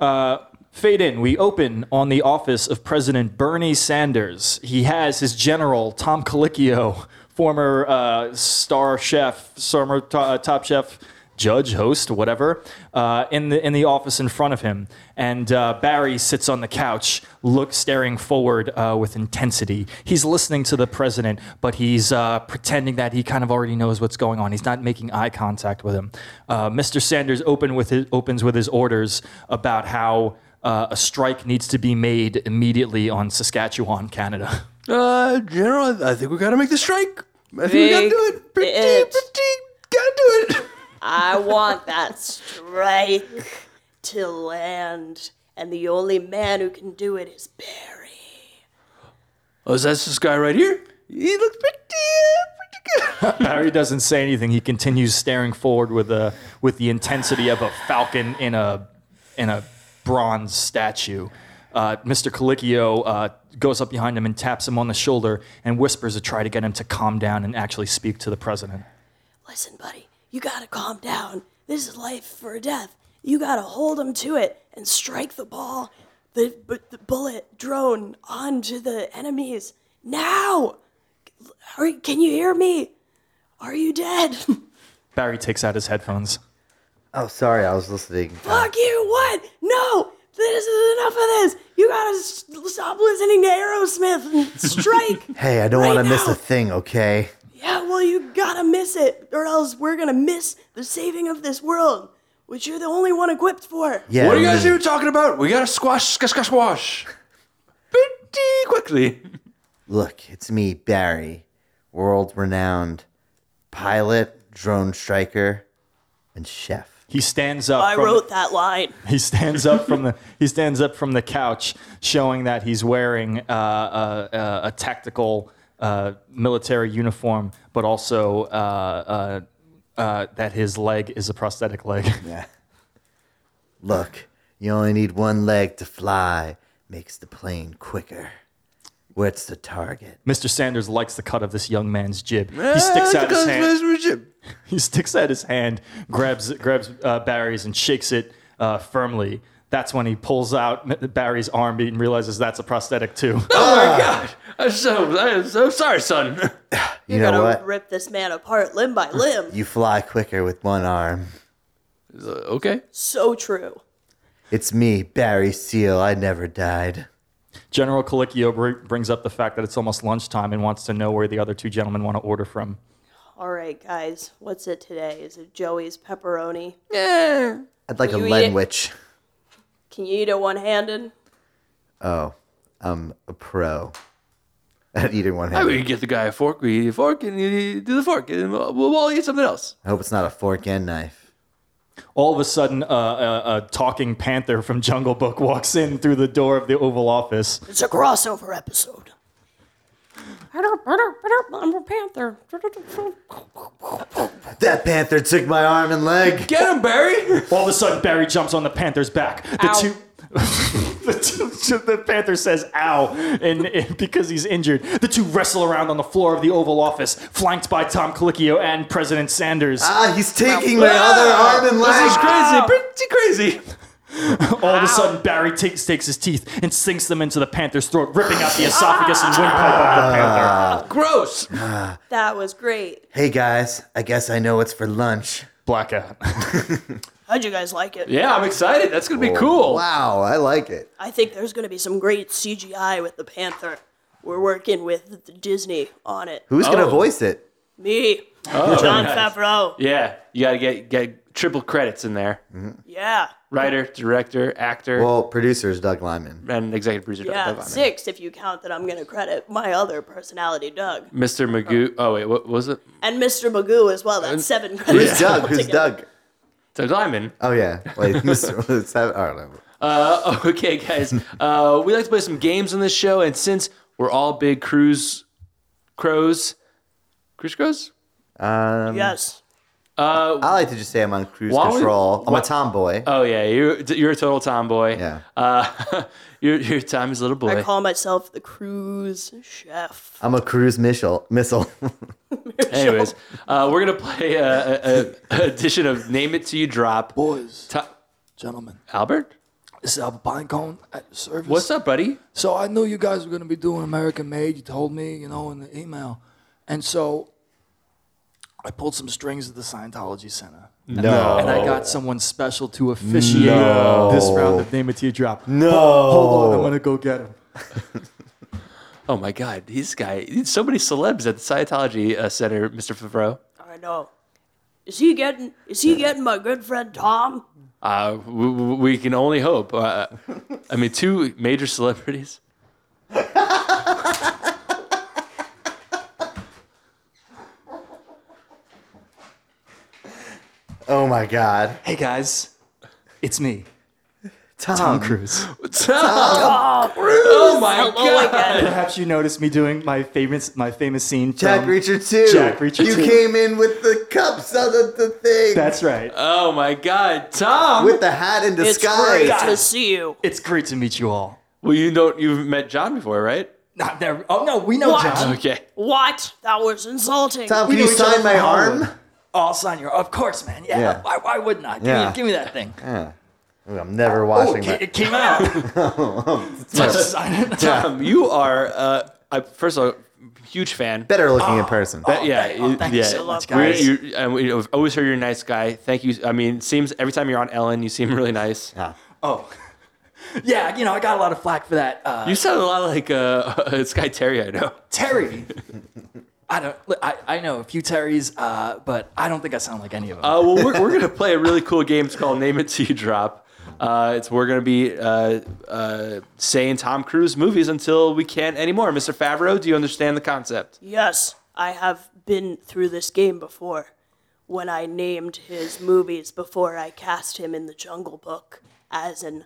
Uh, fade in. We open on the office of President Bernie Sanders. He has his general, Tom Colicchio, former uh, star chef, summer to- uh, top chef, judge, host, whatever, uh, in, the, in the office in front of him. And uh, Barry sits on the couch, look, staring forward uh, with intensity. He's listening to the president, but he's uh, pretending that he kind of already knows what's going on. He's not making eye contact with him. Uh, Mr. Sanders open with his, opens with his orders about how uh, a strike needs to be made immediately on Saskatchewan, Canada.
Uh, General, I think we gotta make the strike. I think we gotta do it. Pretty,
it.
pretty, gotta do it.
I want that strike to land, and the only man who can do it is Barry.
Oh, is that this guy right here? He looks pretty, uh, pretty good.
Barry doesn't say anything. He continues staring forward with a with the intensity of a falcon in a in a bronze statue. Uh, Mr. Colicchio uh, goes up behind him and taps him on the shoulder and whispers to try to get him to calm down and actually speak to the president.
Listen, buddy, you gotta calm down. This is life or death. You gotta hold him to it and strike the ball, the, bu- the bullet drone onto the enemies. Now! Are, can you hear me? Are you dead?
Barry takes out his headphones.
Oh, sorry, I was listening.
Fuck you! What? No! This is enough of this! You gotta s- stop listening to Aerosmith and strike!
Hey, I don't
Right
want to miss
now.
a thing. Okay.
Yeah, well, you gotta miss it, or else we're gonna miss the saving of this world. which you're the only one equipped for.
Yeah,
what are you guys
really.
even talking about? We gotta squash, squash, squash, squash. Pretty quickly.
Look, it's me, Barry, world renowned pilot, drone striker, and chef.
He stands up.
I
from-
wrote that line.
He stands up from the he stands up from the couch, showing that he's wearing uh, a, a, a tactical uh, military uniform, but also uh, uh, uh, that his leg is a prosthetic leg.
Yeah. Look, you only need one leg to fly, makes the plane quicker. What's the target?
Mr. Sanders likes the cut of this young man's jib. He sticks out his hand. He sticks out his hand, grabs grabs uh, Barry's and shakes it uh, firmly. That's when he pulls out Barry's arm and realizes that's a prosthetic too.
I'm so, I'm so sorry, son.
You
You're
know
gonna
what?
rip this man apart limb by limb.
You fly quicker with one arm.
Okay.
So true.
It's me, Barry Seal. I never died.
General Colicchio br- brings up the fact that it's almost lunchtime and wants to know where the other two gentlemen want to order from.
All right, guys, what's it today? Is it Joey's pepperoni?
Yeah.
I'd like
You
a
eat it.
Lenwich.
Can you eat it one-handed?
Oh, I'm a pro at eating one
I
handed.
mean, you get the guy a fork, we eat a fork, and you do the fork, and we'll, we'll all eat something else.
I hope it's not a fork and knife.
All of a sudden, uh, a, a talking panther from Jungle Book walks in through the door of the Oval Office.
It's a crossover episode. I'm a panther.
That panther took my arm and leg.
Get him, Barry!
All of a sudden, Barry jumps on the panther's back. The two. the, two, the panther says "ow" and, and because he's injured, the two wrestle around on the floor of the Oval Office, flanked by Tom Colicchio and President Sanders.
Ah, he's taking my other arm and leg.
This is crazy, pretty crazy.
All of a sudden, Barry takes, takes his teeth and sinks them into the panther's throat, ripping out the esophagus and windpipe of the panther.
Gross.
That was great.
Hey guys, I guess I know what's for lunch.
Blackout.
How'd you guys like it?
Yeah, I'm excited. That's gonna be cool.
Wow, I like it.
I think there's going to be some great CGI with the panther. We're working with Disney on it.
Who's gonna
Oh.
voice it?
Me, John
nice.
Favreau.
Yeah, you gotta get get triple credits in there.
Yeah,
Writer, director, actor,
Well, producer is Doug Lyman.
and executive producer.
yeah,
Doug Lyman.
six if you count that I'm going to credit my other personality, Doug,
Mr. Magoo. Oh wait, what was it?
and Mr. Magoo as well. That's seven credits.
Who's Doug? Who's
altogether.
Doug?
Doug Lyman.
Oh yeah, wait, Mr. let's have- I don't know.
Uh, okay, guys. Uh, we like to play some games on this show, and since we're all big cruise crows, cruise crows.
Yes.
Uh,
I like to just say I'm on cruise
Why would-
control. I'm
why-
a tomboy.
oh yeah, you're you're a total tomboy.
Yeah.
Uh, you're you're Tommy's little boy.
I call myself the cruise chef.
I'm a cruise missile. Missile.
Anyways, uh, we're gonna play a, a, a edition of Name It to You Drop.
Boys,
To-
gentlemen,
Albert,
this is Albert Pinecone at your service.
what's up, buddy?
So I knew you guys were gonna be doing American Made. You told me, you know, in the email, and so I pulled some strings at the Scientology Center,
No.
and I got someone special to officiate this round of Name It to You Drop. No, hold on, I'm gonna go get him.
Oh my God, this guy. So many celebs at the Scientology uh, Center, Mr. Favreau.
I know. Is he getting? Is he getting my good friend Tom?
Uh, we, we can only hope. Uh, I mean, two major celebrities.
Oh my God.
Hey guys, it's me,
Tom,
Tom Cruise.
Oh my
Hello
God.
again.
Perhaps you noticed me doing my famous my famous scene.
Jack
from-
Reacher two.
Jack Reacher
You
two.
came in with the cups out of the thing.
That's right.
Oh my God, Tom.
with the hat in
It's great
disguise.
to see you.
It's great to meet you all.
well, you don't. You've met John before, right?
Not there. Oh no, we know
What?
John.
Okay.
What? That was insulting.
Tom, can
know
you
each other
sign my
from
arm?
Hollywood.
Oh, I'll sign your. Of course, man. Yeah.
Yeah.
Why, why wouldn't I? Give,
Yeah.
me, give me that thing.
Ooh, I'm never
Oh,
washing
it,
my.
it came out. Just sign it.
Tom, you are. Uh, I, first of all, huge fan.
Better looking in person.
That- yeah,
thank- oh,
you-
thank you
yeah.
so much,
We're-
guys.
you- and we- I've always heard you're a nice guy. Thank you. I mean, it seems every time you're on Ellen, you seem really nice.
Ah.
Oh. Yeah, you know, I got a lot of flack for that. Uh,
You sound a lot like uh, this guy Terry I know.
Terry.
I don't. I, I know a few Terrys, uh, but I don't think I sound like any of them.
Uh, well, we're, we're going to play a really cool game. It's called Name It T Drop. Uh, it's we're going to be uh, uh, saying Tom Cruise movies until we can't anymore. Mr. Favreau, do you understand the concept?
Yes, I have been through this game before. When I named his movies before I cast him in the Jungle Book as an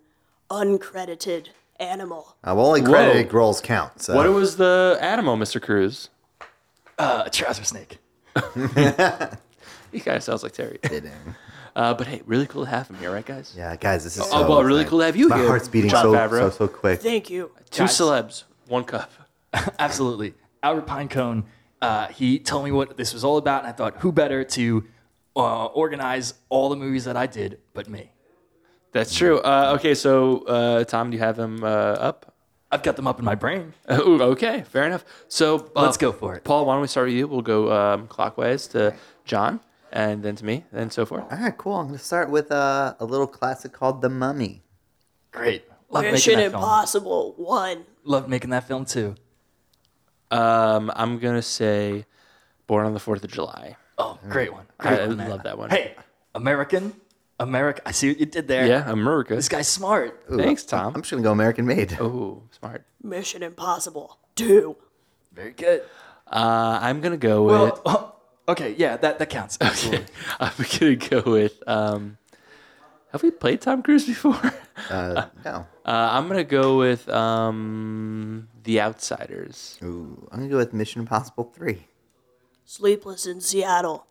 uncredited animal.
I've Uh, only
Whoa.
credited Grohl's count. So.
What was the animal, Mr. Cruise?
Uh, a trouser snake.
He kind of sounds like Terry. Uh, but hey, really cool to have him here, right, guys?
Yeah, guys, this is
Oh,
so
well, really
exciting.
cool to have you
My
here.
heart's beating
John
so, so
Favreau.
so quick.
Thank you.
Two
Guys.
celebs, one cup.
Absolutely. Albert Pinecone, uh, he told me what this was all about, and I thought, who better to uh, organize all the movies that I did but me?
That's true. Uh, okay, so uh, Tom, do you have them uh, up?
I've got them up in my brain.
Ooh, okay, fair enough. So uh,
Let's go for it.
Paul, why don't we start with you? We'll go um, clockwise to John, and then to me, and so forth.
All right, cool. I'm going to start with uh, a little classic called The Mummy.
Great. Love making
Mission
that film.
Impossible 1.
Love making that film too.
Um, I'm gonna say Born on the Fourth of July.
Oh,
Mm.
great one.
I-
Great
I
one, man.
love that one.
Hey, American, America. I see what you did there.
Yeah, America.
This guy's smart.
Ooh,
Thanks,
I'm-
Tom.
I'm just going to go American Made.
Oh, smart.
Mission Impossible 2.
Very good.
Uh, I'm gonna go with.
Well, oh, okay, yeah, that, that counts. Absolutely.
I'm gonna go with. Um, have we played Tom Cruise before? Uh,
Uh, no.
I'm gonna go with um, The Outsiders.
Ooh, I'm going to go with Mission Impossible 3.
Sleepless in Seattle.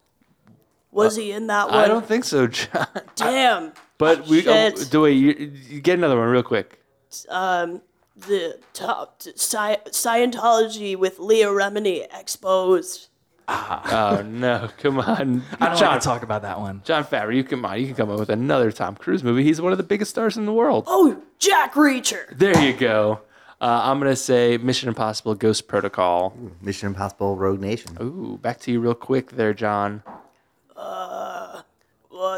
Was he in that one?
I don't think so, John.
Damn.
But we oh,
Shit.
do. Wait, you, you get another one real quick.
um, the top t- sci- Scientology with Leah Remini exposed.
Oh no! Come on,
I don't
John.
want to talk about that one.
John Favreau, you come on. You can come up with another Tom Cruise movie. He's one of the biggest stars in the world.
Oh, Jack Reacher.
There you go. Uh, I'm gonna say Mission Impossible: Ghost Protocol.
Mission Impossible Rogue Nation.
Ooh, back to you real quick there, John.
Uh,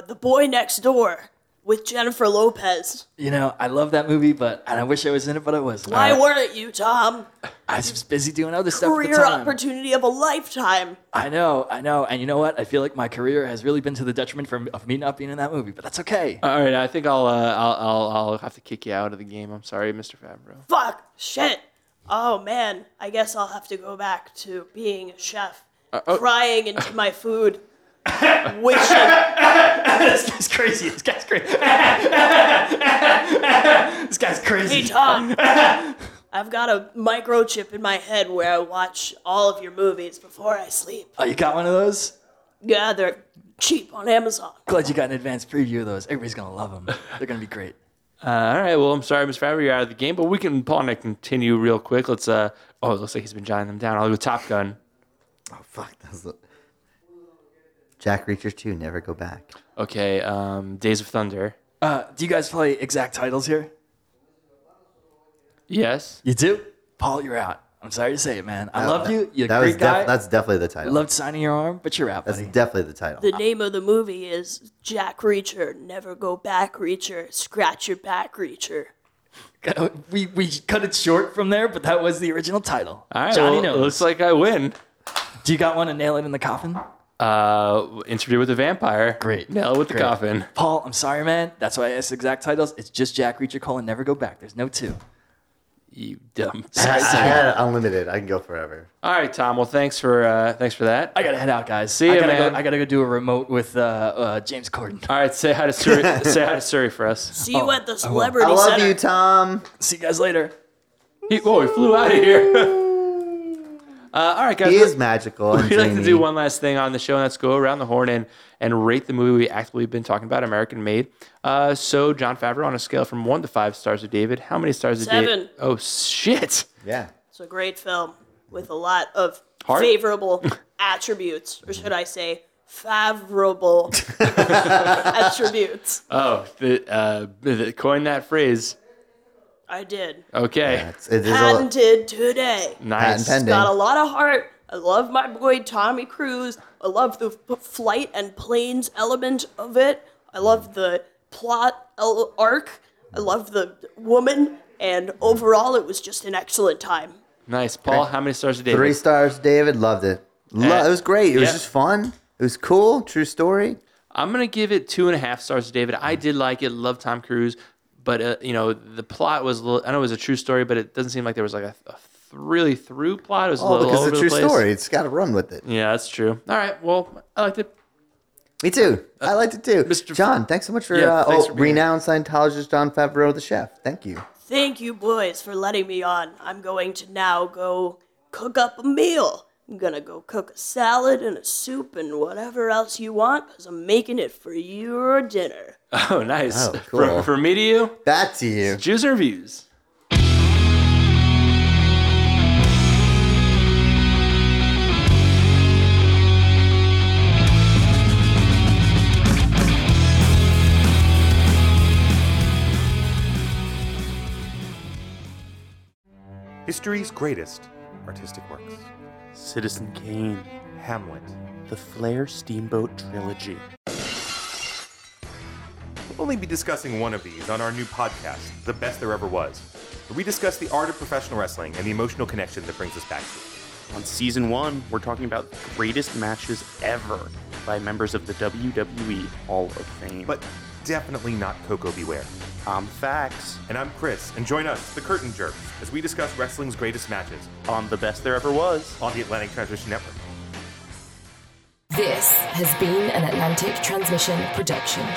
the Boy Next Door with Jennifer Lopez.
You know, I love that movie, but and I wish I was in it, but I wasn't.
Why weren't you, Tom?
I was just busy doing other stuff at the
Career
time.
opportunity of a lifetime.
I know, I know, and you know what? I feel like my career has really been to the detriment from, of me not being in that movie, but that's okay.
All right, I think I'll, uh, I'll I'll I'll have to kick you out of the game. I'm sorry, Mr. Favreau.
Fuck. Shit. Oh, man. I guess I'll have to go back to being a chef, crying into my food. Wishing.
this guy's crazy. This guy's crazy. this guy's
Hey,
crazy.
Tom. I've got a microchip in my head where I watch all of your movies before I sleep.
Oh, you got one of those?
Yeah, they're cheap on Amazon.
Glad you got an advanced preview of those. Everybody's gonna love them. They're gonna be great.
Uh, all right, well, I'm sorry, Mr. Favreau, you're out of the game, but we can Paul and I continue real quick. Let's uh oh, it looks like he's been jotting them down. I'll go Top Gun.
Oh, fuck. That's the... Jack Reacher 2, Never Go Back.
Okay, um, Days of Thunder.
Uh, do you guys play exact titles here?
Yes.
You do? Paul, you're out. I'm sorry to say it, man. I love you. You're a
Uh, That
great
was
guy.
def- that's definitely the title.
Loved signing your arm, but you're out,
that's
buddy.
definitely the title.
The name of the movie is Jack Reacher, Never Go Back Reacher, Scratch Your Back Reacher.
we we cut it short from there, but that was the original title.
All right,
Johnny
well,
knows.
looks like I win.
Do you got one to nail it in the coffin?
Uh, interview with the vampire.
Great.
Nail it with the
Great.
coffin.
Paul, I'm sorry, man. That's why I asked exact titles. It's just Jack Reacher colon never go back. There's no two.
You dumb.
I, I had unlimited. I can go forever.
All right, Tom. Well, thanks for uh, thanks for that.
I gotta head out, guys.
See
I
ya,
gotta
man.
Go, I gotta go do a remote with uh, uh, James Corden.
All right, say hi to Suri. say hi to Suri for us.
See you at the Celebrity
Oh, I love
Center.
you, Tom.
See you guys later.
He, whoa, he flew out of here. uh, all right, guys.
He is
we-
magical. and
We'd like to
dreamy.
do one last thing on the show, and that's go around the horn and, and rate the movie we actively been talking about, American Made. Uh, so, John Favreau, on a scale from one to five stars of David, how many stars of
Seven.
David? Oh, shit.
Yeah.
It's a great film with a lot of
Heart?
favorable attributes, or should I say, favorable attributes.
Oh, the, uh, the, coin that phrase.
I did.
Okay.
It's, it is a
Patented today.
patent
nice.
pending.
Got a lot of heart. I love my boy Tommy Cruise. I love the f- flight and planes element of it. I love the plot el- arc. I love the woman. And overall, it was just an excellent time.
Nice. Paul, how many stars of David?
Three stars, David. Loved it. Lo- it was great. It was just fun. It was cool. True story.
I'm gonna give it two and a half stars to David. I
Mm-hmm.
did like it. Love Tom Cruise, but uh, you know the plot was. A little, I know it was a true story, but it doesn't seem like there was like a, a th- really through plot. It was a
Oh,
little
because
over
it's a
the
true
place.
story. It's got to run with it.
Yeah, that's true. All right. Well, I liked it.
Me too. I liked it too. Mr. John, thanks so much for,
Uh, Yeah,
uh,
thanks
oh,
for being here.
renowned Scientologist John Favreau, the chef. Thank you.
Thank you, boys, for letting me on. I'm going to now go cook up a meal. I'm gonna go cook a salad and a soup and whatever else you want, because I'm making it for your dinner.
Oh, nice.
Oh,
For-
cool.
For, me to you.
Back to you.
Jews and reviews.
History's greatest artistic works Citizen Kane, Hamlet, the Flair Steamboat Trilogy. We'll only be discussing one of these on our new podcast, The Best There Ever Was, where we discuss the art of professional wrestling and the emotional connection that brings us back to it.
On season one, we're talking about the greatest matches ever by members of the WWE Hall of Fame.
But definitely not Coco Beware. I'm Fax. And I'm Chris, and join us, The Curtain Jerks, as we discuss wrestling's greatest matches on The Best There Ever Was on the Atlantic Transmission Network.
This has been an Atlantic Transmission production.